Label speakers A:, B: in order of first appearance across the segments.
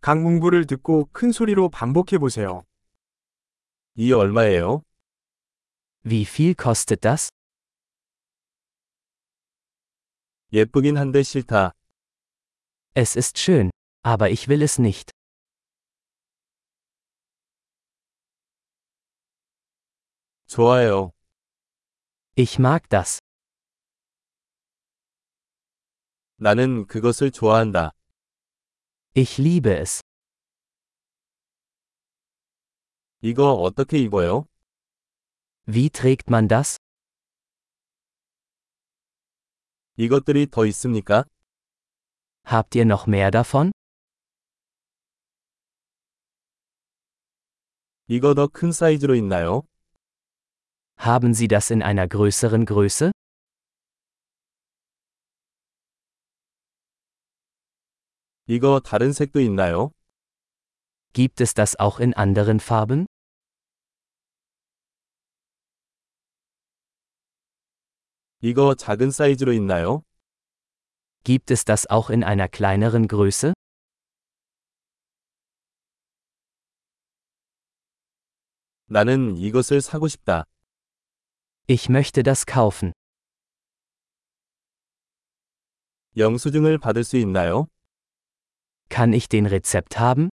A: 각 문구를 듣고 큰 소리로 반복해 보세요.
B: 이 얼마예요?
C: Wie viel kostet das?
B: 예쁘긴 한데 싫다.
C: Es ist schön, aber ich will es nicht.
B: 좋아요.
C: Ich mag das.
B: 나는 그것을 좋아한다.
C: Ich liebe es.
B: 이거 어떻게 입어요?
C: Wie trägt man das?
B: 이것들이 더 있습니까?
C: Habt ihr noch mehr davon?
B: 이거 더 큰 사이즈로 있나요?
C: Haben Sie das in einer größeren Größe?
B: 이거 다른 색도 있나요?
C: Gibt es das auch in anderen Farben?
B: 이거 작은 사이즈로 있나요?
C: Gibt es das auch in einer kleineren Größe?
B: 나는 이것을 사고 싶다.
C: Ich möchte das kaufen.
B: 영수증을 받을 수 있나요?
C: Kann ich den Rezept haben?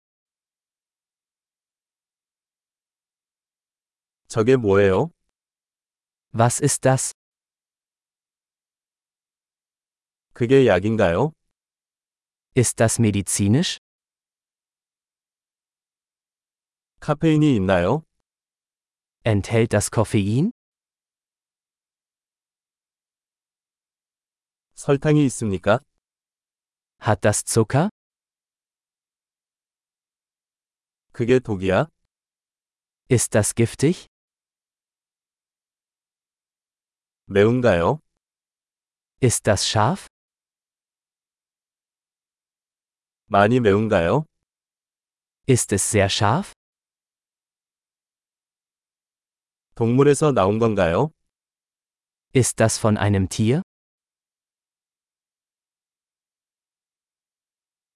B: 저게 뭐예요?
C: Was ist das?
B: 그게 약인가요?
C: Ist das medizinisch?
B: 카페인이 있나요?
C: Enthält das Koffein?
B: 설탕이 있습니까?
C: Hat das Zucker?
B: 그게 독이야?
C: Ist das giftig?
B: 매운가요?
C: Ist das scharf?
B: 많이 매운가요?
C: Ist es sehr scharf?
B: 동물에서 나온 건가요?
C: Ist das von einem Tier?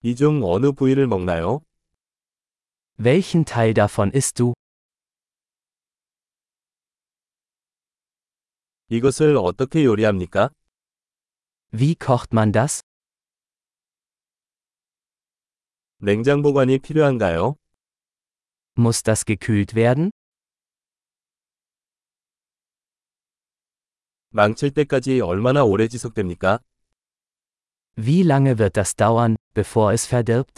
B: 이 중 어느 부위를 먹나요?
C: Welchen Teil davon isst du?
B: 이것을 어떻게 요리합니까?
C: Wie kocht man das?
B: 냉장 보관이 필요한가요?
C: Muss das gekühlt werden?
B: 망칠 때까지 얼마나 오래 지속됩니까?
C: Wie lange wird das dauern, bevor es verdirbt?